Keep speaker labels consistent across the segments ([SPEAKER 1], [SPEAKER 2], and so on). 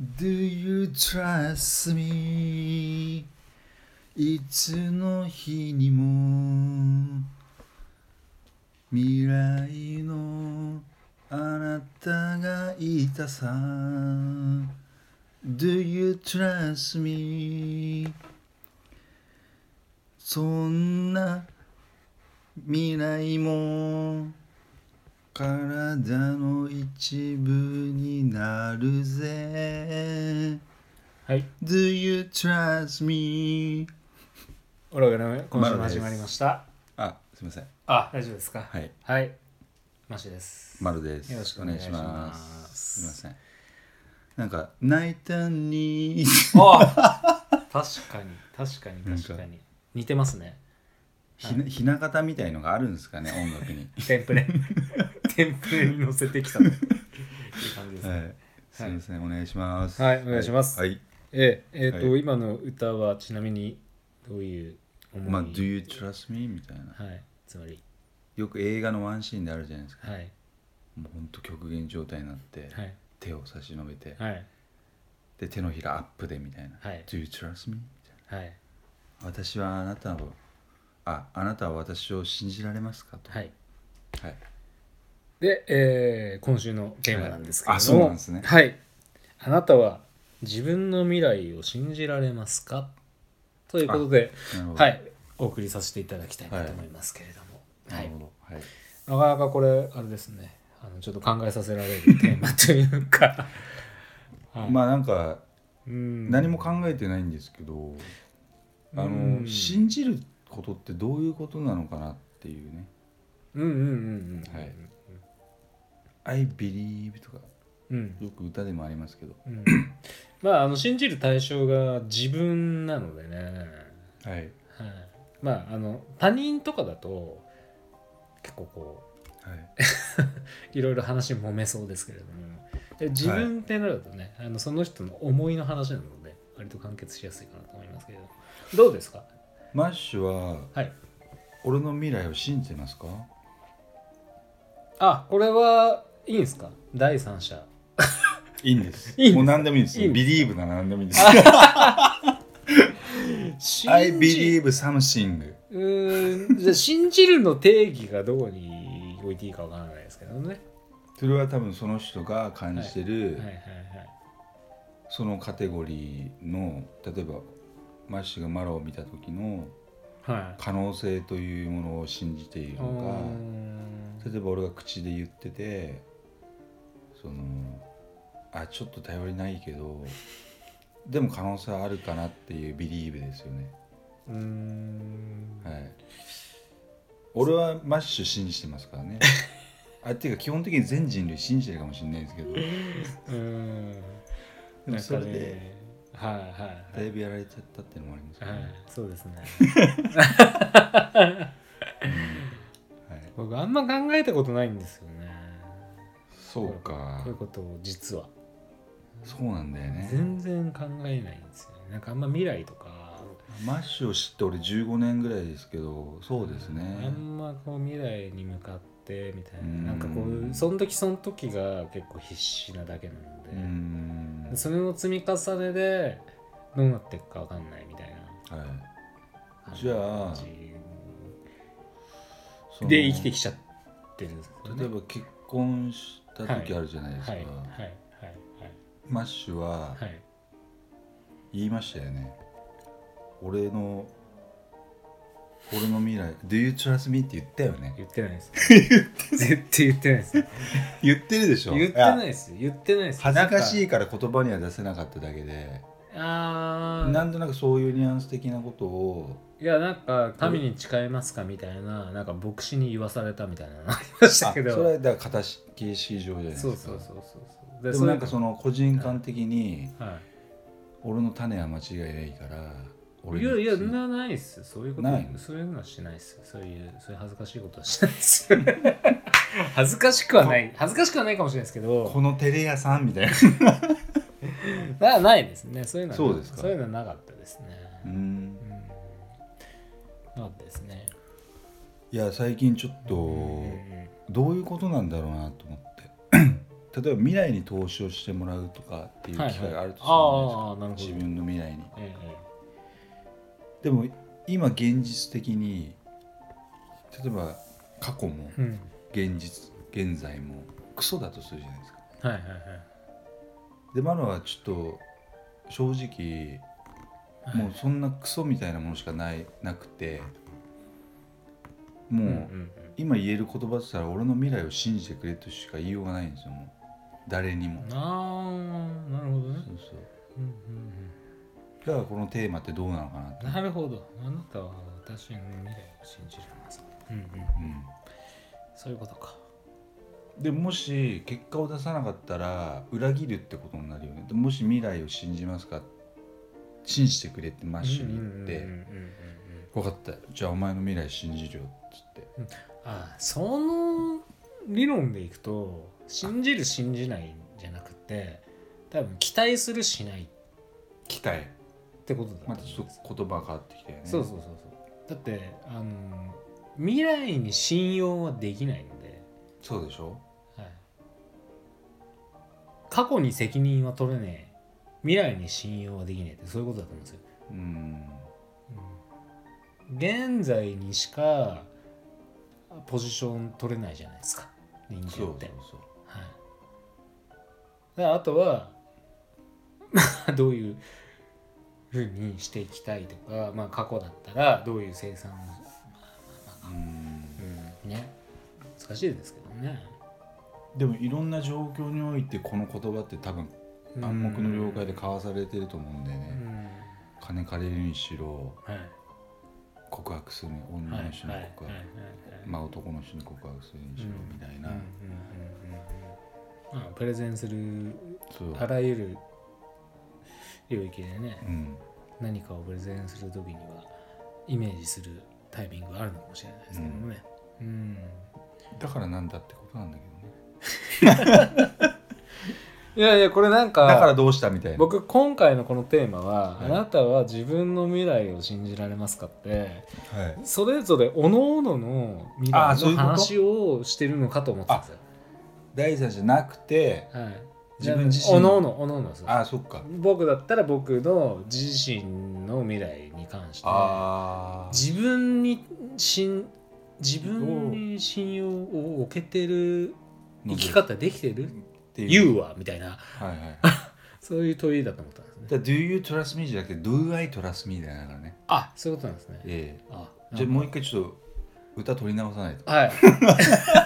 [SPEAKER 1] Do you trust me? いつの日にも未来のあなたがいたさ Do you trust me? そんな未来も体の一部になるぜ
[SPEAKER 2] はい、
[SPEAKER 1] Do you trust me?
[SPEAKER 2] オログラム、今週も
[SPEAKER 1] マロです
[SPEAKER 2] 始まりました。
[SPEAKER 1] あすみません
[SPEAKER 2] あ、大丈夫ですか。
[SPEAKER 1] はい
[SPEAKER 2] はい、マシです。
[SPEAKER 1] 丸です
[SPEAKER 2] よろしくお願いします
[SPEAKER 1] お願いしますすみませんなんか泣いたに
[SPEAKER 2] あ、確かに、確かに、
[SPEAKER 1] なんか
[SPEAKER 2] 確かに。似てます ね。
[SPEAKER 1] ひなひな形みたいのがあるんですかね音楽 に
[SPEAKER 2] テンプレ。テンプレに乗せて きた。いい感じです
[SPEAKER 1] は
[SPEAKER 2] ね。
[SPEAKER 1] いすみません、お願いします
[SPEAKER 2] はいお願いします
[SPEAKER 1] はい、
[SPEAKER 2] え、えっと、
[SPEAKER 1] はい
[SPEAKER 2] 今の歌はちなみに、どういう思い。
[SPEAKER 1] まあ Do you trust me? みたいな
[SPEAKER 2] はい、つまり、
[SPEAKER 1] よく映画のワンシーンであるじゃないですか
[SPEAKER 2] はい、
[SPEAKER 1] もうほんと極限状態になって、
[SPEAKER 2] はい、
[SPEAKER 1] 手を差し伸べて、
[SPEAKER 2] はい、
[SPEAKER 1] で手のひらアップでみたいな「
[SPEAKER 2] はい
[SPEAKER 1] Do you trust me?」みたい
[SPEAKER 2] はい、
[SPEAKER 1] な「私はあなたをああなたは私を信じられますか?」と
[SPEAKER 2] はい。
[SPEAKER 1] はい
[SPEAKER 2] で、えー今週のテーマなんですけ
[SPEAKER 1] はい
[SPEAKER 2] れども、
[SPEAKER 1] あそうなんですね
[SPEAKER 2] はいあなたは自分の未来を信じられますかということで、
[SPEAKER 1] なるほど
[SPEAKER 2] はい、お送りさせていただきたいなと思いますけれども、
[SPEAKER 1] な
[SPEAKER 2] はい
[SPEAKER 1] るほどはい、
[SPEAKER 2] なかなかこれあれですねあのちょっと考えさせられるテーマという か、はい
[SPEAKER 1] まあなんか
[SPEAKER 2] うん
[SPEAKER 1] 何も考えてないんですけど、あ
[SPEAKER 2] う
[SPEAKER 1] の
[SPEAKER 2] ん
[SPEAKER 1] 信じることってどういうことなのかなっていうね
[SPEAKER 2] うんうんうんうん、
[SPEAKER 1] はい「I believe」とか
[SPEAKER 2] うん
[SPEAKER 1] よく歌でもありますけど
[SPEAKER 2] うん、まああの信じる対象が自分なのでね
[SPEAKER 1] はい
[SPEAKER 2] はい、まああの他人とかだと結構こ
[SPEAKER 1] はい、
[SPEAKER 2] ういろいろ話揉めそうですけれどもで自分ってなるとね、あのその人の思いの話なので割と完結しやすいかなと思いますけれどどうですか
[SPEAKER 1] マッシュは
[SPEAKER 2] はい
[SPEAKER 1] 俺の未来を信じてますか
[SPEAKER 2] あこれはいいんですか第三者
[SPEAKER 1] いいんです
[SPEAKER 2] いいんです
[SPEAKER 1] もう何でもいいんです
[SPEAKER 2] いいんで
[SPEAKER 1] ビリーブなら何でもいいんです
[SPEAKER 2] 信
[SPEAKER 1] I
[SPEAKER 2] じ
[SPEAKER 1] believe something
[SPEAKER 2] うーんじゃあ信じるの定義がどこに置いていいかわからないですけどね
[SPEAKER 1] それは多分その人が感じてる、
[SPEAKER 2] はいはいはい
[SPEAKER 1] そのカテゴリーの例えばマッシュがマロを見た時の
[SPEAKER 2] はい
[SPEAKER 1] 可能性というものを信じている
[SPEAKER 2] う
[SPEAKER 1] の
[SPEAKER 2] ん
[SPEAKER 1] か例えば俺が口で言っててそのあちょっと頼りないけどでも可能性はあるかなっていうビリーブですよね
[SPEAKER 2] うーん
[SPEAKER 1] はい俺はマッシュ信じてますから ねあっていうか基本的に全人類信じてるかもしれないですけどで
[SPEAKER 2] うーん
[SPEAKER 1] もそれで、
[SPEAKER 2] なんかねはいはい
[SPEAKER 1] だ
[SPEAKER 2] はい
[SPEAKER 1] いぶやられちゃったっていうのもありますけど
[SPEAKER 2] は
[SPEAKER 1] ね、
[SPEAKER 2] い、そうですね
[SPEAKER 1] はい、
[SPEAKER 2] 僕あんま考えたことないんですよね
[SPEAKER 1] そうか
[SPEAKER 2] こういうことを実は
[SPEAKER 1] そうなんだよね
[SPEAKER 2] 全然考えないんですよねなんかあんま未来とか
[SPEAKER 1] マッシュを知って俺15年ぐらいですけどそうです
[SPEAKER 2] あ
[SPEAKER 1] ね
[SPEAKER 2] んまこう未来に向かってみたい
[SPEAKER 1] うん
[SPEAKER 2] ななんかこうその時その時が結構必死なだけなので
[SPEAKER 1] うー、ん
[SPEAKER 2] それの積み重ねでどうなっていくかわかんないみたいな
[SPEAKER 1] はいじゃあ
[SPEAKER 2] 感
[SPEAKER 1] そ
[SPEAKER 2] じ
[SPEAKER 1] の
[SPEAKER 2] で生きてきちゃってるんですよね
[SPEAKER 1] 例えば結婚した時あるじゃないですか、
[SPEAKER 2] はいはいはい
[SPEAKER 1] マッシュは
[SPEAKER 2] はいはい
[SPEAKER 1] 言いましたよね、俺の俺の未来「Do you trust me?」って言ったよね
[SPEAKER 2] 言ってないです絶対言ってないです
[SPEAKER 1] 言ってるでしょ
[SPEAKER 2] 言ってない
[SPEAKER 1] い
[SPEAKER 2] です言ってないです
[SPEAKER 1] 恥ずかし
[SPEAKER 2] い
[SPEAKER 1] いから言葉には出せなかっただけで
[SPEAKER 2] あ
[SPEAKER 1] な
[SPEAKER 2] あ
[SPEAKER 1] んとなくそういうニュアンス的なことを
[SPEAKER 2] いやなんか神に誓いますかみたいななんか牧師に言わされたみたいなのありまし
[SPEAKER 1] あそ
[SPEAKER 2] たけ
[SPEAKER 1] れ
[SPEAKER 2] ど
[SPEAKER 1] はだから形形式上じゃないです
[SPEAKER 2] そ
[SPEAKER 1] か
[SPEAKER 2] うそうそうそうそう
[SPEAKER 1] でもなんかそ
[SPEAKER 2] の
[SPEAKER 1] の個人間的に
[SPEAKER 2] は
[SPEAKER 1] 俺の種は間違いないから
[SPEAKER 2] い
[SPEAKER 1] 俺
[SPEAKER 2] い
[SPEAKER 1] に
[SPEAKER 2] やいやなないっすよそういうこと
[SPEAKER 1] ないの
[SPEAKER 2] そういうのはしないっすよそういうそういう恥ずかしいことはしないっすよ 恥ずかしくはない恥ずかしくはないかもしれないですけど
[SPEAKER 1] このテレ屋さんみたいな
[SPEAKER 2] なないですねそういうのは
[SPEAKER 1] そうですか
[SPEAKER 2] そういうのはなかったですね、
[SPEAKER 1] う
[SPEAKER 2] うんんなかったですね
[SPEAKER 1] いや最近ちょっ
[SPEAKER 2] うんう
[SPEAKER 1] と
[SPEAKER 2] ん
[SPEAKER 1] どういうことなんだろうなと思って 例えば未来に投資をしてもらうとかっていう
[SPEAKER 2] はいはい
[SPEAKER 1] 機会があるとするじ
[SPEAKER 2] ああな
[SPEAKER 1] ゃない
[SPEAKER 2] るほ
[SPEAKER 1] ですか、
[SPEAKER 2] ど
[SPEAKER 1] 自分の未来に
[SPEAKER 2] え
[SPEAKER 1] でも今現実的に例えば過去も
[SPEAKER 2] えうん
[SPEAKER 1] 現実現在もクソだとするじゃないですか
[SPEAKER 2] はいはい
[SPEAKER 1] でマロはちょっと正直
[SPEAKER 2] はい
[SPEAKER 1] もうそんなクソみたいなものしかないなくても
[SPEAKER 2] う
[SPEAKER 1] う、
[SPEAKER 2] んうん
[SPEAKER 1] 今言える言葉って言ったら俺の未来を信じてくれとしか言いようがないんですよもう誰にも
[SPEAKER 2] うん、ああなるほど
[SPEAKER 1] そう
[SPEAKER 2] ね、
[SPEAKER 1] そう
[SPEAKER 2] うんうん
[SPEAKER 1] だからこのテーマってどうなのかなって
[SPEAKER 2] うん、なるほどあなたは私の未来を信じられますうんうん
[SPEAKER 1] う
[SPEAKER 2] そういうことか
[SPEAKER 1] ん、でもし結果を出さなかったら裏切るってことになるよねでもし未来を信じますか信じてくれってマッシュに言って「
[SPEAKER 2] うんうんうんうんうん
[SPEAKER 1] 分かったじゃあお前の未来信じるよ」っつって
[SPEAKER 2] あその理論でいくと信じる信じないじゃなくて多分期待するしないっ
[SPEAKER 1] 「期待
[SPEAKER 2] てことだと」思
[SPEAKER 1] ま
[SPEAKER 2] うん
[SPEAKER 1] た
[SPEAKER 2] です
[SPEAKER 1] ちょっと言葉変わってきたよね
[SPEAKER 2] そうそうそうそうだってあの未来に信用はできないので、
[SPEAKER 1] そうでしょ
[SPEAKER 2] はい、過去に責任は取れねえ未来に信用はできねえってそういうことだと思うんですよ
[SPEAKER 1] うん
[SPEAKER 2] 現在にしかポジション取れないじゃないですか人間って
[SPEAKER 1] そうそうそう
[SPEAKER 2] はい、であとは まあどういうふうにしていきたいとか、まあ、過去だったらどういう生産を、
[SPEAKER 1] うん
[SPEAKER 2] うんね難しいですけどね
[SPEAKER 1] でもいろんな状況においてこの言葉って多分暗黙の了解で交わされてると思うんだよ
[SPEAKER 2] う
[SPEAKER 1] ね、
[SPEAKER 2] ん
[SPEAKER 1] 金借りるにしろ
[SPEAKER 2] はい
[SPEAKER 1] 告白するに
[SPEAKER 2] は
[SPEAKER 1] 女
[SPEAKER 2] い
[SPEAKER 1] の人に
[SPEAKER 2] はいはい
[SPEAKER 1] 告白、まあ、男の人に告白するにしろみたいな、
[SPEAKER 2] うんうんうんうんまあプレゼンする
[SPEAKER 1] そう
[SPEAKER 2] あらゆる領域でね
[SPEAKER 1] うん、
[SPEAKER 2] 何かをプレゼンする時にはイメージするタイミングがあるのかもしれないですけどもね。うん
[SPEAKER 1] だからなんだってことなんだけどね
[SPEAKER 2] いやいやこれなんか
[SPEAKER 1] だからどうしたみたいな
[SPEAKER 2] 僕今回のこのテーマは、
[SPEAKER 1] はい
[SPEAKER 2] あなたは自分の未来を信じられますかって
[SPEAKER 1] はい
[SPEAKER 2] それぞれ各々の未
[SPEAKER 1] あー
[SPEAKER 2] 来
[SPEAKER 1] そういうこ
[SPEAKER 2] の
[SPEAKER 1] と
[SPEAKER 2] 話をしてるのかと思ってたんですよ。
[SPEAKER 1] 第三者じゃなくて
[SPEAKER 2] はい、
[SPEAKER 1] 自分自身
[SPEAKER 2] おのおのおのおのです
[SPEAKER 1] ああそっか
[SPEAKER 2] 僕だったら僕の自身の未来に関して
[SPEAKER 1] ああ
[SPEAKER 2] 自分に信自分に信用を置けてる生き方できてる
[SPEAKER 1] っていう
[SPEAKER 2] ?You はみたいな
[SPEAKER 1] はいはいはい
[SPEAKER 2] そういう問いだと思ったんですね
[SPEAKER 1] だから Do you trust me じゃなくて Do I trust me だよねだからね
[SPEAKER 2] あそういうことなんですね
[SPEAKER 1] え
[SPEAKER 2] あ
[SPEAKER 1] えじゃあもう一回ちょっと歌取り直さないと
[SPEAKER 2] はい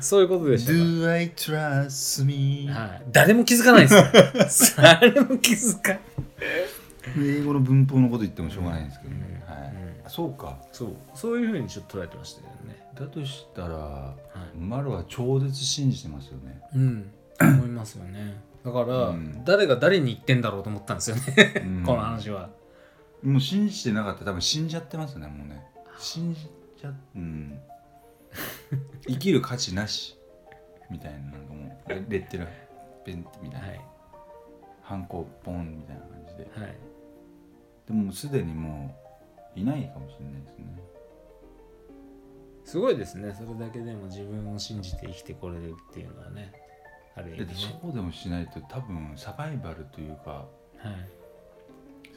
[SPEAKER 2] そういうことでしたか
[SPEAKER 1] Do I trust me
[SPEAKER 2] はい、誰も気づかない ですね誰も気づかない、
[SPEAKER 1] 英語の文法のこと言ってもしょうがないんですけどね、
[SPEAKER 2] うん
[SPEAKER 1] はい
[SPEAKER 2] うん
[SPEAKER 1] あそうか
[SPEAKER 2] そうそういうふうにちょっと捉えてましたよね
[SPEAKER 1] だとしたら
[SPEAKER 2] はい
[SPEAKER 1] マロは超絶信じてますよね
[SPEAKER 2] うん思いますよねだから、
[SPEAKER 1] うん
[SPEAKER 2] 誰が誰に言ってんだろうと思ったんですよね
[SPEAKER 1] うん
[SPEAKER 2] この話は、
[SPEAKER 1] もう信じてなかったら多分死んじゃってますねもうね信じちゃ うん生きる価値なしみたいななんかもうレレッテルペンみたいな、
[SPEAKER 2] はい
[SPEAKER 1] ハンコポンみたいな感じで
[SPEAKER 2] はい
[SPEAKER 1] でももうすでにもういないかもしれないですね
[SPEAKER 2] すごいですねそれだけでも自分を信じて生きてこれるっていうのはねある意
[SPEAKER 1] だっ
[SPEAKER 2] 味
[SPEAKER 1] て
[SPEAKER 2] ね
[SPEAKER 1] そうでもしないと多分サバイバルというか
[SPEAKER 2] はい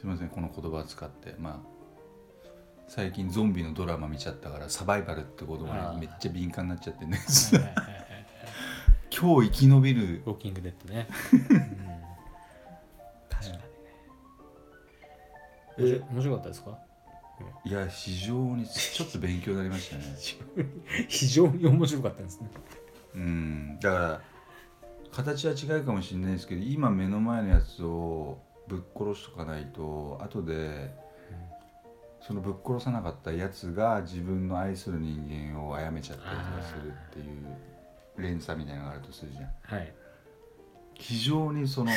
[SPEAKER 1] すみませんこの言葉を使ってまあ最近ゾンビのドラマ見ちゃったからサバイバルって言葉
[SPEAKER 2] あー
[SPEAKER 1] にめっちゃ敏感になっちゃってね
[SPEAKER 2] はいはいはいはい
[SPEAKER 1] 今日生き延びる
[SPEAKER 2] ウォーキングデッ ドね、うん、確かにね面白面白かったですか
[SPEAKER 1] いや非常にちょっと勉強になりましたね
[SPEAKER 2] 非常に面白かったですね
[SPEAKER 1] うんだから形は違うかもしれないですけど今目の前のやつをぶっ殺しとかないと後でそのぶっ殺さなかったやつが自分の愛する人間を殺めちゃったりとかするっていう連鎖みたいなのがあるとするじゃん
[SPEAKER 2] はい
[SPEAKER 1] 非常にその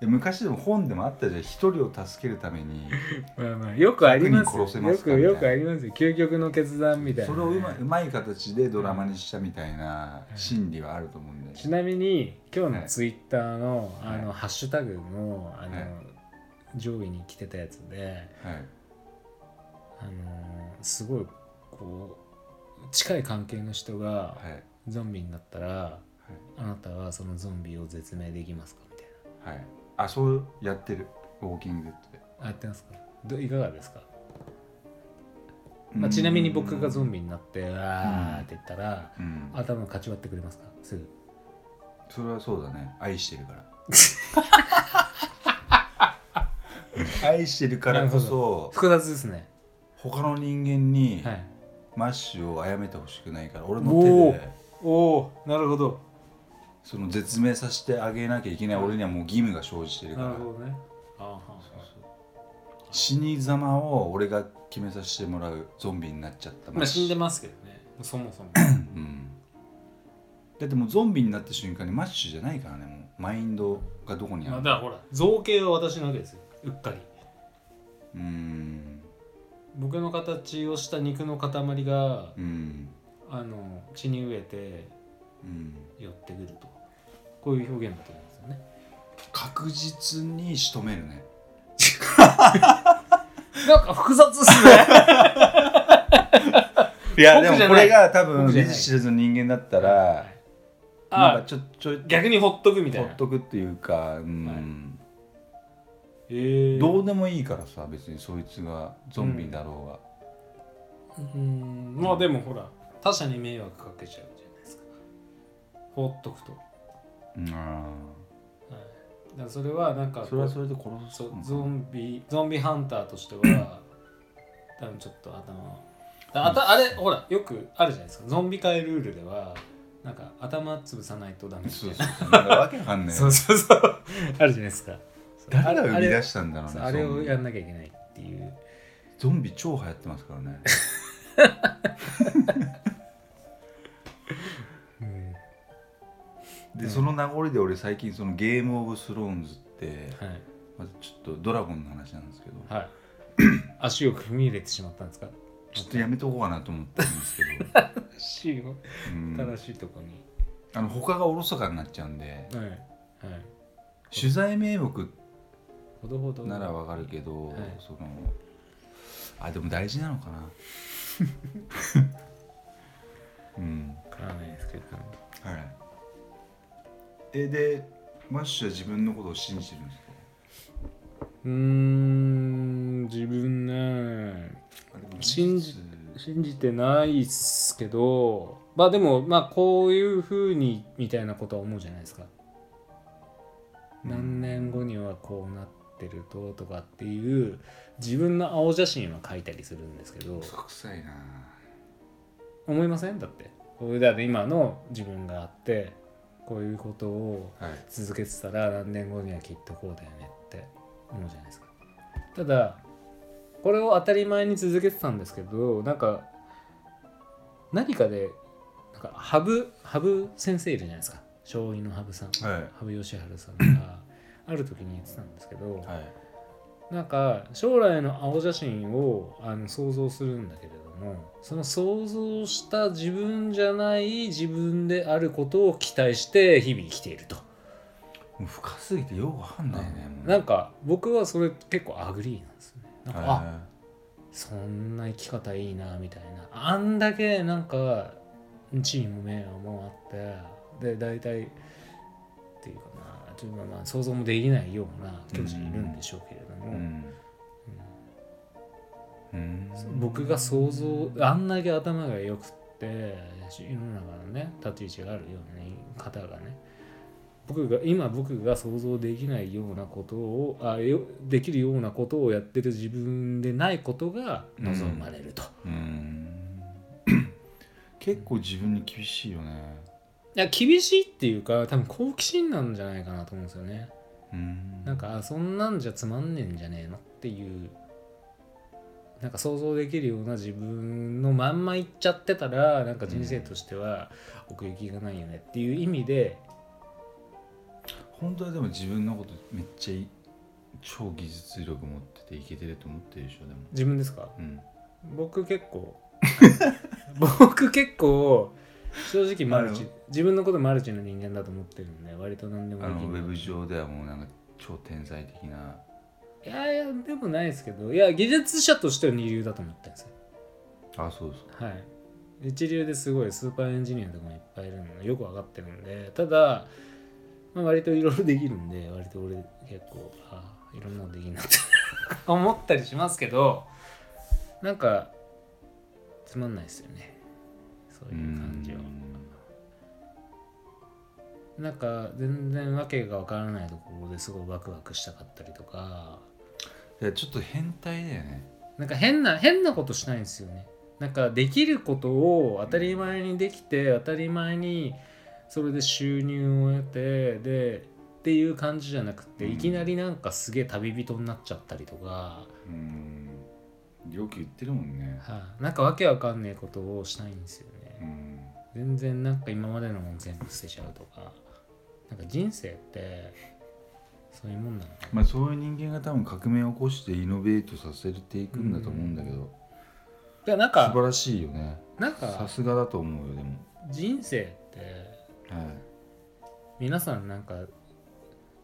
[SPEAKER 1] で昔でも本でもあったじゃん一人を助けるために
[SPEAKER 2] まあまあよくありますよ
[SPEAKER 1] 百人殺せますかみたい
[SPEAKER 2] よく
[SPEAKER 1] な
[SPEAKER 2] よくありますよ究極の決断みたいな
[SPEAKER 1] それをうまうまい形でドラマにしたみたいな心理はあると思うんだよ
[SPEAKER 2] ち
[SPEAKER 1] ね
[SPEAKER 2] なみに今日のツイッターの,、
[SPEAKER 1] はい
[SPEAKER 2] あのハッシュタグのあの、
[SPEAKER 1] はい
[SPEAKER 2] 上位に来てたやつで
[SPEAKER 1] はい
[SPEAKER 2] あのーすごいこう近い関係の人が
[SPEAKER 1] はい
[SPEAKER 2] ゾンビになったら
[SPEAKER 1] い
[SPEAKER 2] あなたはそのゾンビを絶命できますかみたい
[SPEAKER 1] はいあそうやってるウォーキングデッドで
[SPEAKER 2] なあやってますかどいかがですか、まあ、ちなみに僕がゾンビになってうわーって言ったら
[SPEAKER 1] ビうん
[SPEAKER 2] 頭をかち割ってくれますかすぐ
[SPEAKER 1] それはそうだね愛してる から愛してるからこそ
[SPEAKER 2] 複雑ですね
[SPEAKER 1] 他の人間に
[SPEAKER 2] はい
[SPEAKER 1] マッシュを殺めてほしくないから俺
[SPEAKER 2] お
[SPEAKER 1] の手
[SPEAKER 2] ー
[SPEAKER 1] で
[SPEAKER 2] おおなるほど
[SPEAKER 1] その絶命させてあげなきゃいけない俺にはもう義務が生じてるか
[SPEAKER 2] な
[SPEAKER 1] ら
[SPEAKER 2] るほどねあーはーは
[SPEAKER 1] そうそう死に様を俺が決めさせてもらうゾンビになっちゃった
[SPEAKER 2] ーまあ死んで
[SPEAKER 1] マ
[SPEAKER 2] ますけどねそもそも
[SPEAKER 1] ッシュうんだってもうゾンビになった瞬間にマッシュじゃないからねもうマインドがどこにあ
[SPEAKER 2] まあ
[SPEAKER 1] る
[SPEAKER 2] だ
[SPEAKER 1] の
[SPEAKER 2] からほら造形は私なわけですようっかり
[SPEAKER 1] うん
[SPEAKER 2] 僕の形をした肉の塊が
[SPEAKER 1] うん
[SPEAKER 2] あの血に飢えて
[SPEAKER 1] うん
[SPEAKER 2] 寄ってくるとこういう表現だと思うんですよね
[SPEAKER 1] 確実に仕留めるね
[SPEAKER 2] なんか複雑っすね
[SPEAKER 1] い
[SPEAKER 2] や
[SPEAKER 1] や
[SPEAKER 2] で
[SPEAKER 1] で
[SPEAKER 2] も
[SPEAKER 1] も
[SPEAKER 2] こ
[SPEAKER 1] こ
[SPEAKER 2] れ
[SPEAKER 1] れ
[SPEAKER 2] が
[SPEAKER 1] が
[SPEAKER 2] 多
[SPEAKER 1] 多
[SPEAKER 2] 分
[SPEAKER 1] 分
[SPEAKER 2] 僕じゃ
[SPEAKER 1] 理
[SPEAKER 2] ない
[SPEAKER 1] 事知らずの人間だったらなんか
[SPEAKER 2] あ
[SPEAKER 1] ちょちょい
[SPEAKER 2] 逆にほっとくみたい
[SPEAKER 1] ほ
[SPEAKER 2] な
[SPEAKER 1] っとくっていうかうん、
[SPEAKER 2] えー、
[SPEAKER 1] どうでもいいからさ別にそいつがゾンビだろうが、
[SPEAKER 2] うんまあでもほら他者に迷惑かけちゃうじゃないですか放っとくと、はい、
[SPEAKER 1] うんあ
[SPEAKER 2] だからそれはなんか
[SPEAKER 1] ー
[SPEAKER 2] こう
[SPEAKER 1] それはそれで殺す
[SPEAKER 2] そ
[SPEAKER 1] の
[SPEAKER 2] う
[SPEAKER 1] かな
[SPEAKER 2] ゾンビゾンビハンターとし ては多分ちょっと頭だあたあれほらよくあるじゃないですかゾンビ界ルールではなんか頭潰さないとダメみたい
[SPEAKER 1] そう
[SPEAKER 2] な
[SPEAKER 1] そうそうなんかわけわかんない
[SPEAKER 2] そうそうそうあるじゃないですか
[SPEAKER 1] 誰が生み出
[SPEAKER 2] し
[SPEAKER 1] したんだろうね
[SPEAKER 2] あれをや
[SPEAKER 1] ゾン
[SPEAKER 2] んなきゃいけないっていう
[SPEAKER 1] ビゾンビ超流行ってますからね
[SPEAKER 2] うん
[SPEAKER 1] でその名残で俺最近そのゲームオブスローンズって
[SPEAKER 2] はい
[SPEAKER 1] まずちょっとドラゴンの話なんですけど
[SPEAKER 2] はい 足を踏み入れてしまったんですか
[SPEAKER 1] ちょっとやめとこうかなと思ってるんですけど、
[SPEAKER 2] 足を
[SPEAKER 1] うん
[SPEAKER 2] 正しいとこに、
[SPEAKER 1] あの他がおろそかになっちゃうんで
[SPEAKER 2] はいはい
[SPEAKER 1] 取材名目
[SPEAKER 2] ほどほど
[SPEAKER 1] ならわかるけど、
[SPEAKER 2] はい
[SPEAKER 1] そのあでも大事なのか なうん
[SPEAKER 2] わからないですけど
[SPEAKER 1] はいえでマッシュは自分のことを信じてるんですか
[SPEAKER 2] うーん自分ね信じ信じてないっすけどまあでもまあこういうふうにみたいなことは思うじゃないですか、何年後にはこうなってるととかっていう自分の青写真は書いたりするんですけど
[SPEAKER 1] 嘘くさいな
[SPEAKER 2] 思いませんだってこれだって今の自分があってこういうことを
[SPEAKER 1] はい
[SPEAKER 2] 続けてたら何年後にはきっとこうだよねって思うじゃないですかただこれを当たり前に続けてたんですけどなんか何かでなんか羽生羽生先生いるじゃないですか将棋の羽生さん
[SPEAKER 1] はい
[SPEAKER 2] 羽生善治さんがある時に言ってたんですけど
[SPEAKER 1] はい
[SPEAKER 2] なんか将来の青写真をあの想像するんだけれどもその想像した自分じゃない自分であることを期待して日々生きていると。
[SPEAKER 1] もう深すぎてよくわかんないねもう
[SPEAKER 2] なんか僕はそれ結構アグリーなんですよねなんか、あ
[SPEAKER 1] は
[SPEAKER 2] そんな生き方いいなみたいなあんだけなんか地位も名誉もあってで大体っていうかなちょっとまあまあ想像もできないような巨人いるんでしょうけれど
[SPEAKER 1] い
[SPEAKER 2] も、
[SPEAKER 1] うんうん
[SPEAKER 2] 僕が想像あんだけ頭が良くって世の中のね立ち位置があるような方がね僕が今僕が想像できないようなことをあよできるようなことをやってる自分でないことが望まれると、い
[SPEAKER 1] うん 結構自分に厳しいよね
[SPEAKER 2] や厳しいっていうか多分好奇心なんじゃないかなと思うんですよね
[SPEAKER 1] うん
[SPEAKER 2] なんかあそんなんじゃつまんねえんじゃねえのっていうなんか想像できるような自分のまんまいっちゃってたらなんか人生としては奥行きがないよねっていう意味で、
[SPEAKER 1] 本当はでも自分のことめっちゃい超技術力持ってていけてると思ってるでしょでも
[SPEAKER 2] 自分ですか
[SPEAKER 1] うん
[SPEAKER 2] 僕結構 僕結構正直マル
[SPEAKER 1] あ
[SPEAKER 2] チ
[SPEAKER 1] の
[SPEAKER 2] 自分のことマルチの人間だと思ってるんで割と何でも
[SPEAKER 1] あ
[SPEAKER 2] でき
[SPEAKER 1] の
[SPEAKER 2] る
[SPEAKER 1] ウェブ上ではもうなんか超天才的ない
[SPEAKER 2] やいやでもないですけどいや技術者としては二流だと思ってるんですよ
[SPEAKER 1] あそうですか
[SPEAKER 2] はい一流ですごいスーパーエンジニアとかもいっぱいいるのよく分かってるんでただ、まあ、割といろいろできるんで割と俺結構ああいろんなのできるなって 思ったりしますけどなんかつまんないですよねそういう感じは。なんか全然訳が分からないところですごいワクワクしたかったりとか
[SPEAKER 1] いやちょっと変態だよね
[SPEAKER 2] なんか変な変なことしたいんですよねなんかできることを当たり前にできて当たり前にそれで収入を得てでっていう感じじゃなくて、
[SPEAKER 1] うん
[SPEAKER 2] いきなりなんかすげえ旅人になっちゃったりとか、
[SPEAKER 1] うんよく言ってるもんね
[SPEAKER 2] はいなんかわけわかんねえことをしたいんですよ
[SPEAKER 1] う
[SPEAKER 2] ね
[SPEAKER 1] ん
[SPEAKER 2] 全然なんか今までのもん全部捨てちゃうとかなんか人生ってそういうもんなのかな
[SPEAKER 1] まあそういう人間が多分革命を起こしてイノベートさせていくんだと思うんだけど
[SPEAKER 2] だからなん
[SPEAKER 1] 素晴
[SPEAKER 2] から
[SPEAKER 1] しいよね
[SPEAKER 2] なん
[SPEAKER 1] さ
[SPEAKER 2] か
[SPEAKER 1] すがだと思うよでも
[SPEAKER 2] 人生って
[SPEAKER 1] は
[SPEAKER 2] 皆さんなんか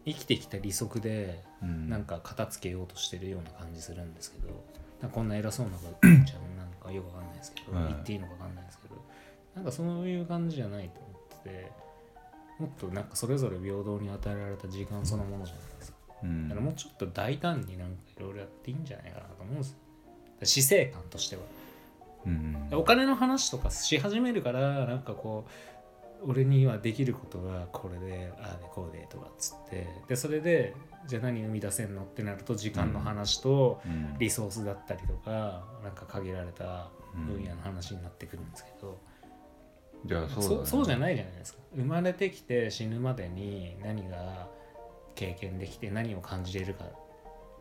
[SPEAKER 2] 生きてきた利息で
[SPEAKER 1] いうん
[SPEAKER 2] なんか片付けようとしてるような感じするんですけどなんかこんな偉そうなこと言っちゃうなんかよくわかんないですけど、
[SPEAKER 1] はい
[SPEAKER 2] 言っていいのかわかんないですけどなんかそういう感じじゃないと思っててもっとなんかそれぞれ平等に与えられた時間そのものじゃないですか
[SPEAKER 1] う
[SPEAKER 2] だ
[SPEAKER 1] ん
[SPEAKER 2] からもうちょっと大胆になんかいろいろやっていいんじゃないかなと思うんですよ死生観としては
[SPEAKER 1] うん
[SPEAKER 2] お金の話とかし始めるからなんかこう俺にはできることがこれでああでこうでとかっつってでそれでじゃあ何生み出せんのってなると時間の話と
[SPEAKER 1] うん
[SPEAKER 2] リソースだったりとかなんか限られた分野の話になってくるんですけど、
[SPEAKER 1] じゃあそうだ
[SPEAKER 2] そ
[SPEAKER 1] ね
[SPEAKER 2] うそうじゃないじゃないですか生まれてきて死ぬまでに何が経験できて何を感じれるか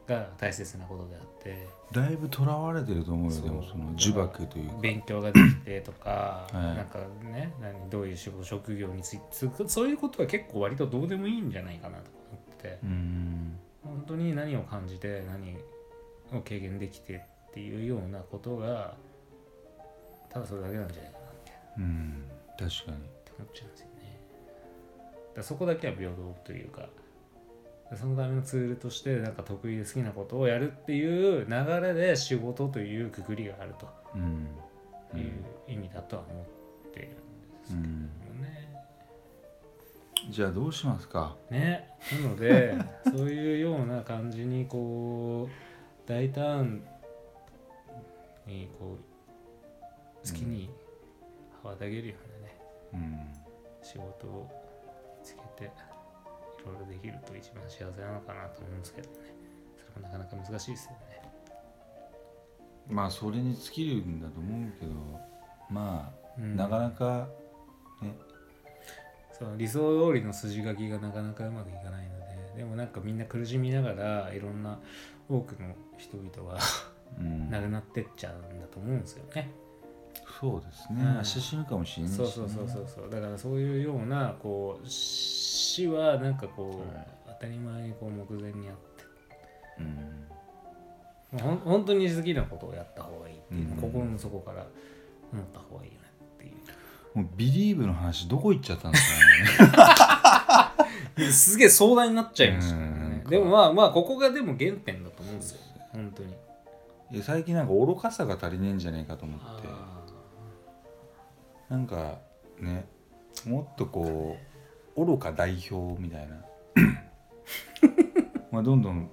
[SPEAKER 2] が大切なことであって
[SPEAKER 1] だいぶとらわれてると思うよ
[SPEAKER 2] そう
[SPEAKER 1] でもその呪縛というか
[SPEAKER 2] 勉強ができてとか、
[SPEAKER 1] はい
[SPEAKER 2] なんかね何どういう仕事職業についてつそういうことは結構割とどうでもいいんじゃないかなと思ってて
[SPEAKER 1] うん
[SPEAKER 2] 本当に何を感じて何を経験できてっていうようなことがただそれだけなんじゃないかなって
[SPEAKER 1] うん確かに
[SPEAKER 2] 思っちゃうんですよね。だからそこだけは平等というかそのためのツールとしてなんか得意で好きなことをやるっていう流れで仕事というくくりがあると。
[SPEAKER 1] うんう
[SPEAKER 2] いう
[SPEAKER 1] う
[SPEAKER 2] 意味だとは思ってるんです
[SPEAKER 1] ん
[SPEAKER 2] けどね。
[SPEAKER 1] じゃあどうしますか
[SPEAKER 2] ねなので そういうような感じにこう大胆にこう好きに羽ばたげるようなね、
[SPEAKER 1] うん
[SPEAKER 2] 仕事をつけていろいろできると一番幸せなのかなと思うんですけどねそれもなかなか難しいですよね。
[SPEAKER 1] まあそれに尽きるんだと思うけどま
[SPEAKER 2] う
[SPEAKER 1] あ
[SPEAKER 2] ん
[SPEAKER 1] なかなか
[SPEAKER 2] その理想通りの筋書きがなかなかうまくいかないのででもなんかみんな苦しみながらいろんな多くの人々が
[SPEAKER 1] うん
[SPEAKER 2] 亡くなってっちゃうんだと思うんですよね。
[SPEAKER 1] そうですね
[SPEAKER 2] うん
[SPEAKER 1] 明日死ぬかもしれないし
[SPEAKER 2] そ
[SPEAKER 1] ね
[SPEAKER 2] うそうそうそうそうだからそういうようなこう死はなんかこう、
[SPEAKER 1] はい
[SPEAKER 2] 当たり前にこう目前にあって
[SPEAKER 1] うん
[SPEAKER 2] もうほん本当に好きなことをやった方がいいっていう、
[SPEAKER 1] うん
[SPEAKER 2] 心の底から思った方がいいよねっていう
[SPEAKER 1] もうビリーブの話どこ行っちゃったんです かね
[SPEAKER 2] すげえ壮大になっちゃいましたから
[SPEAKER 1] うんなん
[SPEAKER 2] ね
[SPEAKER 1] か
[SPEAKER 2] でもまあまあここがでも原点だと思うんですよ本当に。
[SPEAKER 1] いや最近なんか愚かさが足りねえんじゃねえかと思って
[SPEAKER 2] あ
[SPEAKER 1] なんかねもっとこう愚か代表みた いなまあどんどん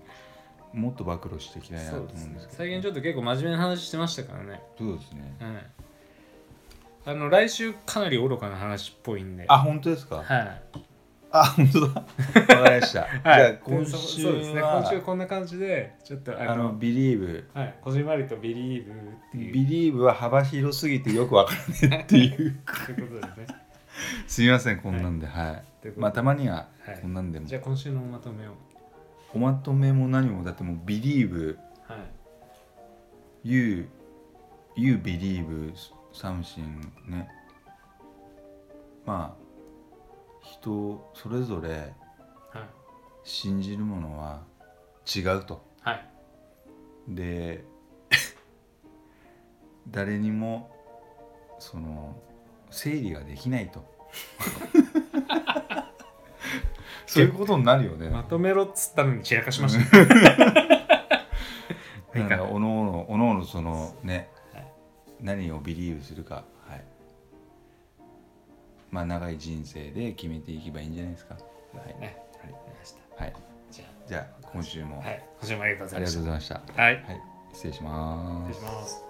[SPEAKER 1] もっと暴露していきたいなと
[SPEAKER 2] そ
[SPEAKER 1] 思
[SPEAKER 2] う
[SPEAKER 1] う
[SPEAKER 2] です
[SPEAKER 1] ん
[SPEAKER 2] ね
[SPEAKER 1] ですけど
[SPEAKER 2] 最近ちょっと結構真面目な話してましたからね、
[SPEAKER 1] そうですね
[SPEAKER 2] はい、あの来週かなり愚かな話っぽいんでは
[SPEAKER 1] あ本当ですか
[SPEAKER 2] い、
[SPEAKER 1] あ本 当だわかりました、
[SPEAKER 2] はい、
[SPEAKER 1] じゃあ今週は
[SPEAKER 2] そうそうですね今週こんな感じでちょっとあの
[SPEAKER 1] あのビリーブ
[SPEAKER 2] はい、こじんまりとビリーブっていう
[SPEAKER 1] ビリーブは幅広すぎてよくわからないっていう
[SPEAKER 2] ということですね
[SPEAKER 1] すみませんこんなんではい、
[SPEAKER 2] ということで
[SPEAKER 1] まあたまには
[SPEAKER 2] はい
[SPEAKER 1] こんなんでも、
[SPEAKER 2] じゃあ今週のまとめを
[SPEAKER 1] おまとめも何もだってもうビリーブ
[SPEAKER 2] はい
[SPEAKER 1] You, you believe something ねまあ人それぞれ
[SPEAKER 2] はい
[SPEAKER 1] 信じるものは違うと
[SPEAKER 2] はい
[SPEAKER 1] で誰にもその整理ができない とそういうことになるよね
[SPEAKER 2] まとめろっつったのに散らかしましたねはい
[SPEAKER 1] なん
[SPEAKER 2] いか
[SPEAKER 1] かおのおのおのおのそのね、
[SPEAKER 2] はい
[SPEAKER 1] 何をビリーブするかはいまあ、長い人生で決めていけばいいんじゃないですか。はい、
[SPEAKER 2] ね
[SPEAKER 1] はい
[SPEAKER 2] わかりました
[SPEAKER 1] はい、
[SPEAKER 2] じゃ
[SPEAKER 1] じゃあ今週
[SPEAKER 2] あ
[SPEAKER 1] も、
[SPEAKER 2] はいご視聴ありがとうござ
[SPEAKER 1] あ
[SPEAKER 2] い
[SPEAKER 1] り
[SPEAKER 2] ま
[SPEAKER 1] が
[SPEAKER 2] し
[SPEAKER 1] とう
[SPEAKER 2] た
[SPEAKER 1] ございました。
[SPEAKER 2] はい
[SPEAKER 1] はい、失礼しま
[SPEAKER 2] 失
[SPEAKER 1] す
[SPEAKER 2] 礼し。ます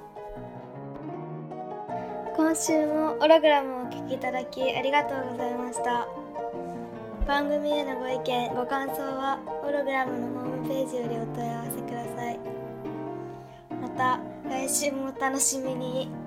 [SPEAKER 3] 今週もオログラムをお聞きいただきありがとうございました番組へのご意見ご感想はオログラムのホームページよりお問い合わせくださいまた来週もお楽しみに